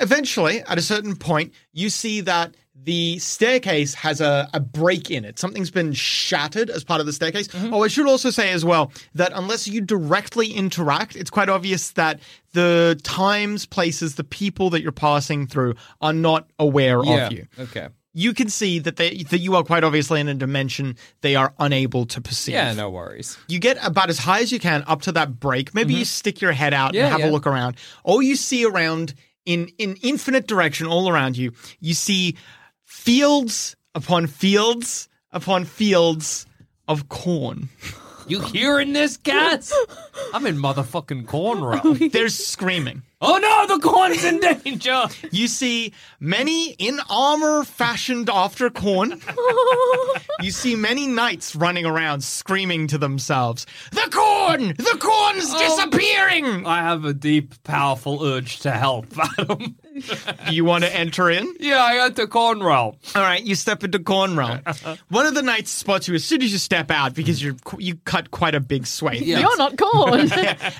Speaker 4: Eventually, at a certain point, you see that the staircase has a, a break in it. Something's been shattered as part of the staircase. Oh, I should also say as well that unless you directly interact, it's quite obvious that the times, places, the people that you're passing through are not aware of you.
Speaker 3: Okay.
Speaker 4: You can see that they that you are quite obviously in a dimension they are unable to perceive.
Speaker 3: Yeah, no worries.
Speaker 4: You get about as high as you can up to that break. Maybe you stick your head out
Speaker 3: Mm-hmm. Yeah,
Speaker 4: and have
Speaker 3: yeah.
Speaker 4: a look around. All you see around in in infinite direction all around you, you see fields upon fields upon fields of corn.
Speaker 3: You hearing this, cats? I'm in motherfucking corn row.
Speaker 4: They're screaming.
Speaker 3: oh no, the corn's in danger.
Speaker 4: You see many in armor fashioned after corn. you see many knights running around screaming to themselves, "The corn! The corn's disappearing!"
Speaker 3: I have a deep, powerful urge to help, Adam.
Speaker 4: Do you want to enter in?
Speaker 3: yeah, I got the corn row.
Speaker 4: All right, you step into corn realm. One of the knights spots you as soon as you step out because you are you cut quite a big swathe.
Speaker 6: You're not corn.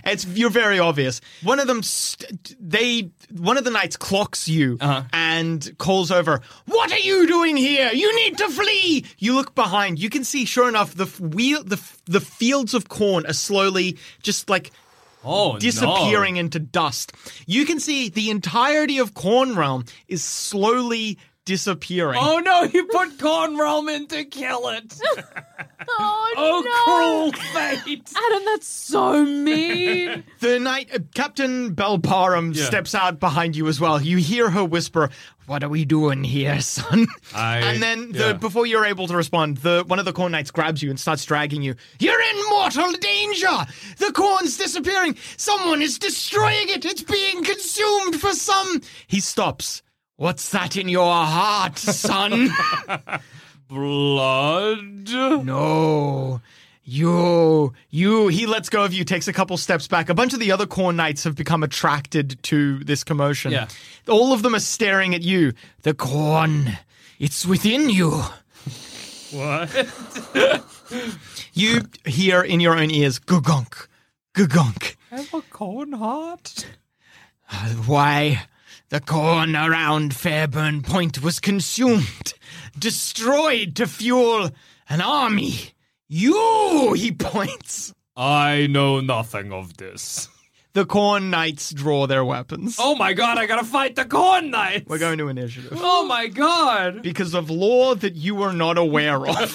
Speaker 4: it's you're very obvious. One of them, st- they one of the knights clocks you and calls over. What are you doing here? You need to flee. You look behind. You can see, sure enough, the f- wheel, the f- the fields of corn are slowly just like
Speaker 3: Oh, no.
Speaker 4: disappearing into dust. You can see the entirety of corn realm is slowly disappearing.
Speaker 3: Oh no, he put corn realm in to kill it.
Speaker 6: oh,
Speaker 3: Oh, cruel
Speaker 6: no.
Speaker 3: fate.
Speaker 6: Adam, that's so mean.
Speaker 4: The night uh, Captain Belparum
Speaker 3: Yeah.
Speaker 4: steps out behind you as well. You hear her whisper, "What are we doing here, son?"
Speaker 3: I-
Speaker 4: and then
Speaker 3: yeah.
Speaker 4: the, before you're able to respond, the one of the corn knights grabs you and starts dragging you. You're in mortal danger. The corn's disappearing. Someone is destroying it. It's being consumed for some. He stops. What's that in your heart, son?
Speaker 3: Blood.
Speaker 4: No. You, you, he lets go of you, takes a couple steps back. A bunch of the other corn knights have become attracted to this commotion.
Speaker 3: Yeah.
Speaker 4: All of them are staring at you. The corn, it's within you.
Speaker 3: What?
Speaker 4: You hear in your own ears, gugunk, gugunk.
Speaker 3: Have a corn heart?
Speaker 4: Why the corn around Fairburn Point was consumed, destroyed to fuel an army. You, he points.
Speaker 3: I know nothing of this.
Speaker 4: The corn knights draw their weapons.
Speaker 3: Oh my god, I gotta fight the corn knights.
Speaker 4: We're going to initiative.
Speaker 3: Oh my god.
Speaker 4: Because of law that you were not aware of.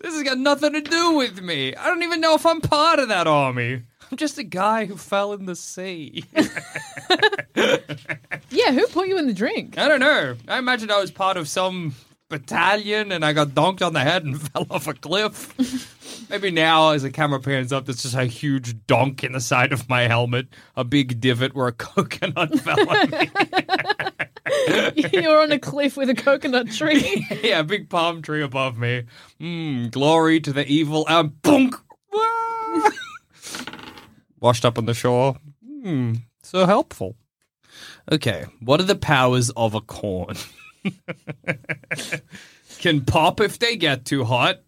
Speaker 3: This has got nothing to do with me. I don't even know if I'm part of that army. I'm just a guy who fell in the sea.
Speaker 6: yeah, who put you in the drink?
Speaker 3: I don't know. I imagine I was part of some battalion and I got donked on the head and fell off a cliff. Maybe now, as the camera pans up, there's just a huge donk in the side of my helmet, a big divot where a coconut fell on me.
Speaker 6: You're on a cliff with a coconut tree.
Speaker 3: yeah, a big palm tree above me. Mmm, glory to the evil. Um, boonk! Wah! Washed up on the shore. Mmm, so helpful. Okay, what are the powers of a corn? can pop if they get too hot.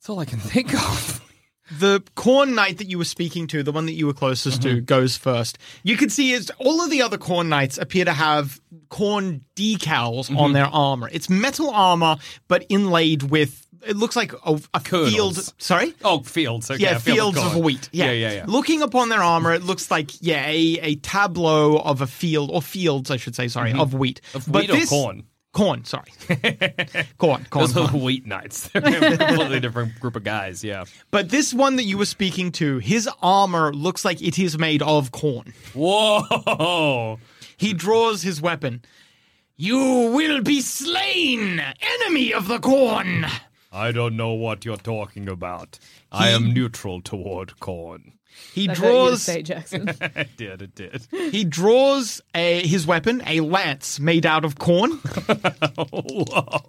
Speaker 3: That's all I can think of.
Speaker 4: the corn knight that you were speaking to, the one that you were closest to,
Speaker 3: Mm-hmm.
Speaker 4: goes first. You can see is all of the other corn knights appear to have corn decals
Speaker 3: Mm-hmm.
Speaker 4: on their armor. It's metal armor, but inlaid with it looks like a, a
Speaker 3: Kernels.
Speaker 4: field. Sorry.
Speaker 3: Oh, fields. Okay,
Speaker 4: yeah,
Speaker 3: I feel the
Speaker 4: fields of
Speaker 3: corn.
Speaker 4: wheat. Yeah.
Speaker 3: yeah, yeah.
Speaker 4: Looking upon their armor, it looks like yeah, a, a tableau of a field or fields, I should say. Sorry, of wheat.
Speaker 3: Mm-hmm. Of
Speaker 4: But
Speaker 3: wheat or
Speaker 4: this-
Speaker 3: corn?
Speaker 4: Corn. Sorry. corn. Corn.
Speaker 3: Those are
Speaker 4: corn.
Speaker 3: the wheat knights. They're a completely different group of guys. Yeah.
Speaker 4: But this one that you were speaking to, his armor looks like it is made of corn.
Speaker 3: Whoa.
Speaker 4: He draws his weapon. You will be slain, enemy of the corn.
Speaker 3: I don't know what you're talking about. I am neutral toward corn.
Speaker 4: He
Speaker 6: I thought you were gonna
Speaker 4: draws.
Speaker 6: say, Jackson.
Speaker 3: It did, it did.
Speaker 4: He draws a, his weapon, a lance made out of corn,
Speaker 3: Whoa.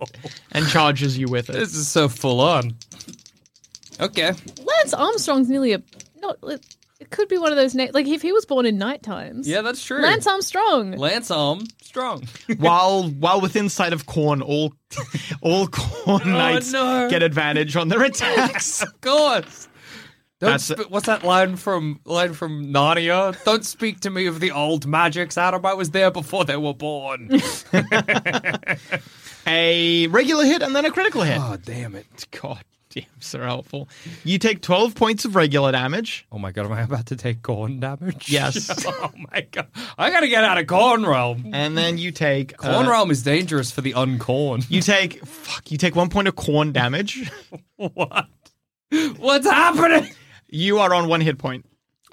Speaker 4: and charges you with it.
Speaker 3: This is so full on. Okay.
Speaker 6: Lance Armstrong's nearly a not. It could be one of those names. Like if he was born in night times.
Speaker 3: Yeah, that's true.
Speaker 6: Lance Armstrong.
Speaker 3: Lance Arm Strong.
Speaker 4: while while within sight of corn, all all corn knights
Speaker 3: no.
Speaker 4: get advantage on their attacks.
Speaker 3: of course. Don't
Speaker 4: That's-
Speaker 3: sp- what's that line from line from Narnia? Don't speak to me of the old magics, Adam. I was there before they were born.
Speaker 4: a regular hit and then a critical hit.
Speaker 3: oh damn it!
Speaker 4: God damn, so helpful. You take twelve points of regular damage.
Speaker 3: Oh my god, am I about to take corn damage?
Speaker 4: Yes.
Speaker 3: oh my god, I gotta get out of corn realm.
Speaker 4: And then you take uh,
Speaker 3: Corn realm is dangerous for the uncorn.
Speaker 4: You take fuck. You take one point of corn damage.
Speaker 3: What? What's happening?
Speaker 4: You are on one hit point.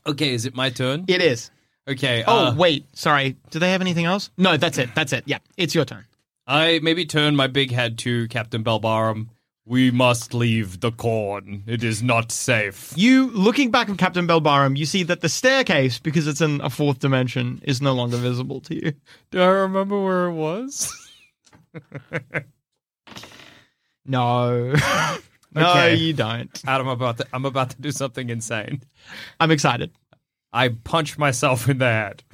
Speaker 3: Okay, is it my turn?
Speaker 4: It is.
Speaker 3: Okay.
Speaker 4: Oh
Speaker 3: uh,
Speaker 4: wait, sorry. Do they have anything else? No, that's it. That's it. Yeah, it's your turn.
Speaker 3: I maybe turn my big head to Captain Belbarum. We must leave the corn. It is not safe.
Speaker 4: You looking back at Captain Belbarum, you see that the staircase, because it's in a fourth dimension, is no longer visible to you.
Speaker 3: Do I remember where it was?
Speaker 4: No, no,
Speaker 3: Okay.
Speaker 4: you don't.
Speaker 3: Adam, I'm about to, I'm about to do something insane.
Speaker 4: I'm excited.
Speaker 3: I punch myself in the head.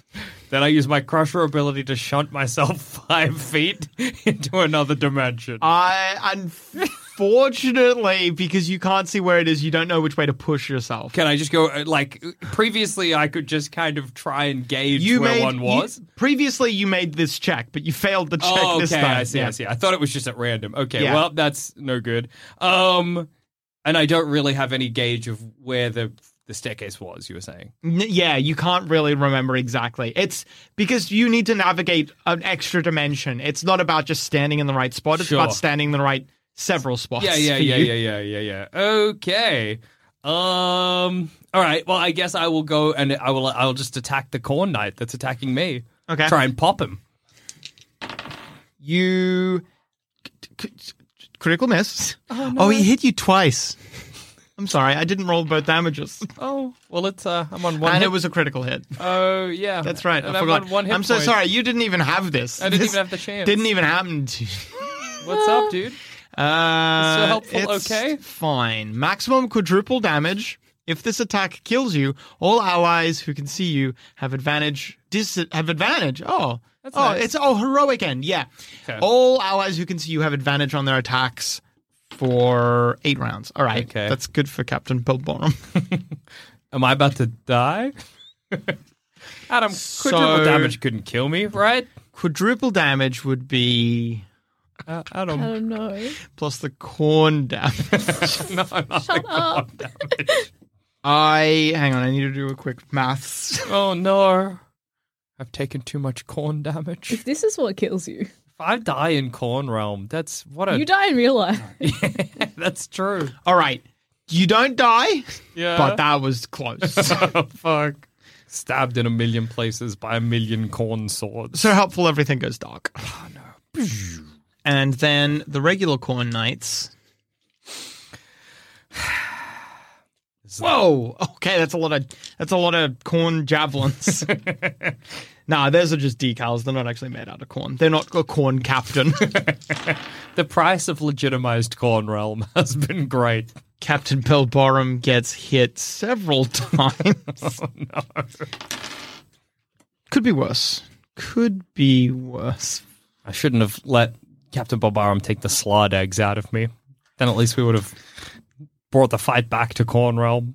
Speaker 3: Then I use my crusher ability to shunt myself five feet into another dimension.
Speaker 4: I unfortunately, because you can't see where it is, you don't know which way to push yourself.
Speaker 3: Can I just go uh, like previously? I could just kind of try and gauge
Speaker 4: You
Speaker 3: where
Speaker 4: made
Speaker 3: one was.
Speaker 4: you- previously. You made this check, but you failed the check
Speaker 3: oh, okay.
Speaker 4: this time.
Speaker 3: I see. I
Speaker 4: Yeah.
Speaker 3: see. I thought it was just at random. Okay.
Speaker 4: Yeah.
Speaker 3: Well, that's no good. Um, and I don't really have any gauge of where the the staircase was. You were saying.
Speaker 4: N- yeah, you can't really remember exactly. It's because you need to navigate an extra dimension. It's not about just standing in the right spot. It's
Speaker 3: Sure.
Speaker 4: about standing in the right several spots.
Speaker 3: Yeah, yeah,
Speaker 4: for
Speaker 3: yeah, yeah,
Speaker 4: you.
Speaker 3: yeah, yeah, yeah. Okay. Um. All right. Well, I guess I will go and I will. I'll just attack the corn knight that's attacking me.
Speaker 4: Okay.
Speaker 3: Try and pop him.
Speaker 4: You c- c- critical miss. Oh, he hit you twice. I'm sorry, I didn't roll both damages,
Speaker 3: Oh well, it's. Uh, I'm on one.
Speaker 4: and
Speaker 3: hit.
Speaker 4: it was a critical hit.
Speaker 3: Oh yeah.
Speaker 4: That's right.
Speaker 3: And
Speaker 4: I
Speaker 3: I'm
Speaker 4: forgot.
Speaker 3: on one hit
Speaker 4: I'm so
Speaker 3: point.
Speaker 4: sorry. You didn't even have this.
Speaker 3: I didn't
Speaker 4: This
Speaker 3: even have the chance.
Speaker 4: Didn't e- even happen to. you.
Speaker 3: What's up, dude?
Speaker 4: Uh,
Speaker 3: so helpful, okay?
Speaker 4: Fine. Maximum quadruple damage. If this attack kills you, all allies who can see you have advantage. Dis- have advantage. Oh, oh,
Speaker 3: nice.
Speaker 4: it's oh heroic end. Yeah, all allies who can see you have advantage on their attacks for eight rounds. All right,
Speaker 3: Okay.
Speaker 4: that's good for Captain Bilborum.
Speaker 3: Am I about to die? Adam, quadruple
Speaker 4: So-
Speaker 3: damage couldn't kill me, right?
Speaker 4: quadruple damage would be
Speaker 3: Uh, Adam,
Speaker 6: I don't know.
Speaker 4: plus the corn damage.
Speaker 6: Shut up.
Speaker 4: I hang on. I need to do a quick maths.
Speaker 3: Oh no. I've taken too much corn damage. If
Speaker 6: If this is what kills you,
Speaker 3: I die in corn realm, that's what a
Speaker 6: you die in real life.
Speaker 3: that's true.
Speaker 4: All right, you don't die.
Speaker 3: Yeah.
Speaker 4: But that was close.
Speaker 3: oh, fuck. Stabbed in a million places by a million corn swords.
Speaker 4: so helpful, everything goes dark. Oh, no. And then the regular corn knights. Whoa! Okay, that's a lot of that's a lot of corn javelins. nah, those are just decals. They're not actually made out of corn. They're not a corn captain.
Speaker 3: The price of legitimized corn realm has been great.
Speaker 4: captain Pelborum gets hit several times. Could be worse. Could be worse.
Speaker 3: I shouldn't have let Captain Barbarum take the slod eggs out of me. Then at least we would have brought the fight back to corn realm.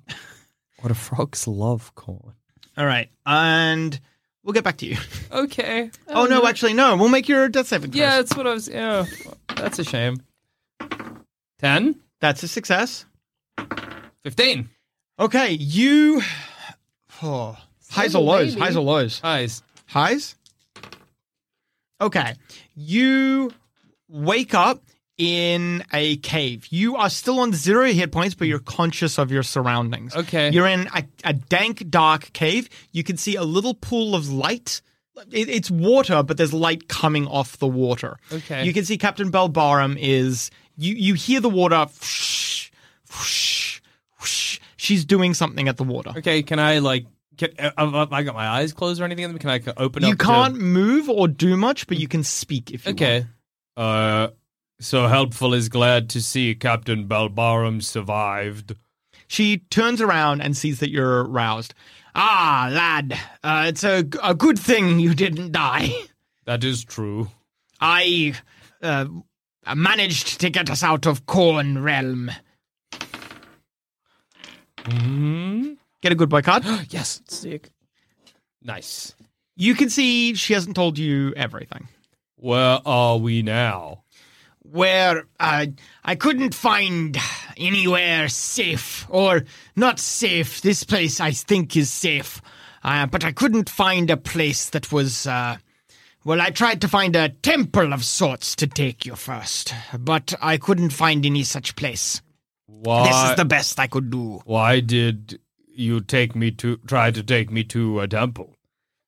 Speaker 3: What do frogs love corn?
Speaker 4: All right, and we'll get back to you.
Speaker 3: Okay.
Speaker 4: Oh, no, actually, no. We'll make your death saving.
Speaker 3: Yeah,
Speaker 4: Yeah,
Speaker 3: that's what I was. Yeah, that's a shame. 10,
Speaker 4: that's a success.
Speaker 3: 15.
Speaker 4: Okay, you. Oh, highs or lows?
Speaker 6: baby.
Speaker 4: Highs or lows?
Speaker 3: Eyes.
Speaker 4: Highs. Okay, you wake up in a cave. You are still on zero hit points, but you're conscious of your surroundings.
Speaker 3: Okay.
Speaker 4: you're in a, a dank, dark cave. You can see a little pool of light. It, it's water, but there's light coming off the water.
Speaker 3: Okay.
Speaker 4: you can see Captain Belbarum is. You you hear the water. Whoosh, whoosh, whoosh. She's doing something at the water.
Speaker 3: Okay, can I, like, get, uh, uh, I got my eyes closed or anything? Can I c- open up?
Speaker 4: You
Speaker 3: to-
Speaker 4: can't move or do much, but you can speak if you want.
Speaker 3: Okay. Uh, so helpful is glad to see Captain Balbarum survived.
Speaker 4: She turns around and sees that you're roused. Ah, lad, uh, it's a, a good thing you didn't die.
Speaker 5: That is true.
Speaker 4: I uh, managed to get us out of Corn Realm. Get a good boy card.
Speaker 5: yes.
Speaker 6: Sick.
Speaker 5: Nice.
Speaker 4: You can see she hasn't told you everything.
Speaker 5: Where are we now?
Speaker 4: where uh, I couldn't find anywhere safe or not safe. This place I think is safe, uh, but I couldn't find a place that was. Uh, well, I tried to find a temple of sorts to take you first, but I couldn't find any such place.
Speaker 5: Why?
Speaker 4: this is the best I could do.
Speaker 5: Why did you take me to try to take me to a temple?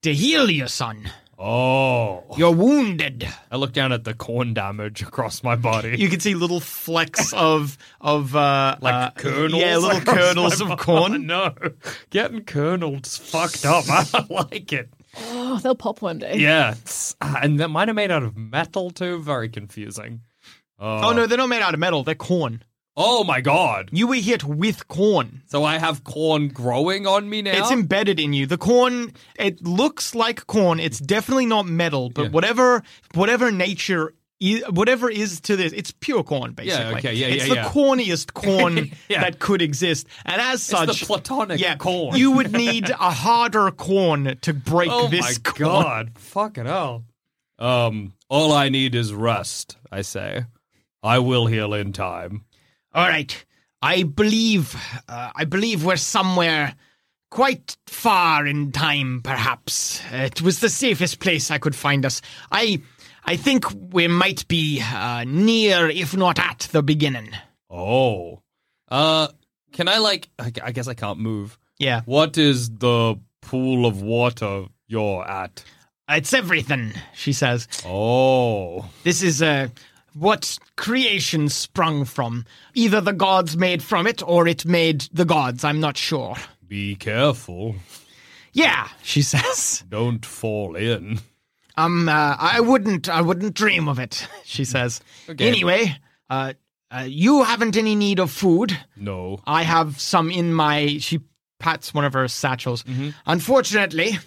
Speaker 4: To heal you, son.
Speaker 5: Oh.
Speaker 4: You're wounded.
Speaker 5: I look down at the corn damage across my body.
Speaker 4: You can see little flecks of of uh,
Speaker 5: like
Speaker 4: uh,
Speaker 5: kernels,
Speaker 4: yeah, little
Speaker 5: across
Speaker 4: kernels
Speaker 5: my
Speaker 4: of
Speaker 5: body.
Speaker 4: corn.
Speaker 5: No, getting kernels fucked up. I don't like it.
Speaker 6: Oh, they'll pop one day.
Speaker 5: Yeah, it's-
Speaker 4: Ah,
Speaker 5: and that might have made out of metal too. Very confusing.
Speaker 4: Oh no, they're not made out of metal. They're corn.
Speaker 5: Oh my god!
Speaker 4: You were hit with corn.
Speaker 5: So I have corn growing on me now.
Speaker 4: It's embedded in you. The corn, it looks like corn. It's definitely not metal, but whatever, whatever nature, i- whatever is to this, it's pure corn. Basically,
Speaker 5: okay, yeah,
Speaker 4: It's
Speaker 5: yeah,
Speaker 4: the
Speaker 5: yeah.
Speaker 4: corniest corn
Speaker 5: Yeah.
Speaker 4: that could exist, and as
Speaker 5: the
Speaker 4: such,
Speaker 5: platonic
Speaker 4: yeah,
Speaker 5: corn.
Speaker 4: You would need a harder corn to break
Speaker 5: oh
Speaker 4: this
Speaker 5: my
Speaker 4: corn.
Speaker 5: god! Fucking hell. Um, all I need is rest. I say, I will heal in time.
Speaker 4: All right, I believe, uh, I believe we're somewhere quite far in time. Perhaps it was the safest place I could find us. I, I think we might be uh, near, if not at, the beginning.
Speaker 5: Oh, uh, can I like? I I guess I can't move.
Speaker 4: Yeah,
Speaker 5: What is the pool of water you're at?
Speaker 4: it's everything. She says,
Speaker 5: Oh,
Speaker 4: "This is uh, what creation sprung from. Either the gods made from it, or it made the gods. I'm not sure."
Speaker 5: be careful.
Speaker 4: Yeah, she says.
Speaker 5: Don't fall in.
Speaker 4: Um, uh, I wouldn't, I wouldn't dream of it. She says.
Speaker 5: Okay.
Speaker 4: Anyway, uh, uh, you haven't any need of food.
Speaker 5: No.
Speaker 4: I have some in my. She pats one of her satchels. Unfortunately,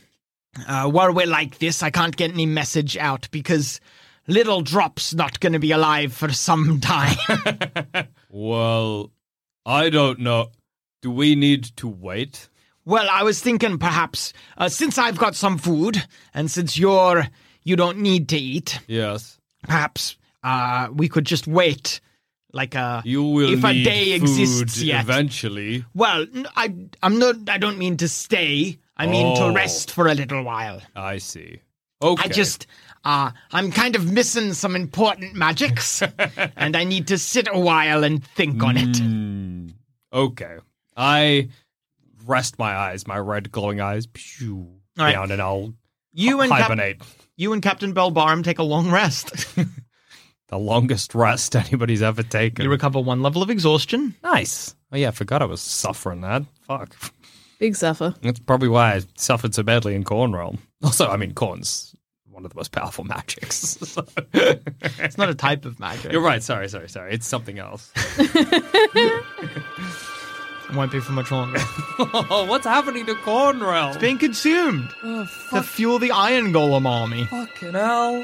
Speaker 4: uh, while we're like this, I can't get any message out because little drop's not going to be alive for some time.
Speaker 5: Well, I don't know. Do we need to wait?
Speaker 4: well, I was thinking perhaps uh, since I've got some food and since you're you don't need to eat,
Speaker 5: Yes.
Speaker 4: perhaps uh, we could just wait like a
Speaker 5: You will
Speaker 4: if
Speaker 5: need
Speaker 4: a day
Speaker 5: food
Speaker 4: exists yet.
Speaker 5: eventually.
Speaker 4: well, n- I I'm not I don't mean to stay. I mean
Speaker 5: Oh.
Speaker 4: to rest for a little while.
Speaker 5: I see. Okay.
Speaker 4: I just uh I'm kind of missing some important magics and I need to sit a while and think on it.
Speaker 5: Mm, okay. I rest my eyes, my red glowing eyes, pew,
Speaker 4: All right.
Speaker 5: down, and I'll
Speaker 4: You and Cap-
Speaker 5: hibernate.
Speaker 4: you and Captain Belbarm take a long rest.
Speaker 5: the longest rest anybody's ever taken.
Speaker 4: you recover one level of exhaustion.
Speaker 5: nice. Oh yeah, I forgot I was suffering that. Fuck.
Speaker 6: Big suffer.
Speaker 5: That's probably why I suffered so badly in Corn Realm. Also, I mean, Corn's one of the most powerful magics. so-
Speaker 4: It's not a type of magic.
Speaker 5: You're right. Sorry, sorry, sorry. It's something else.
Speaker 4: It won't be for much longer.
Speaker 5: oh, what's happening to Corn Realm?
Speaker 4: Being consumed
Speaker 5: oh,
Speaker 4: to fuel the Iron Golem army.
Speaker 5: fucking hell.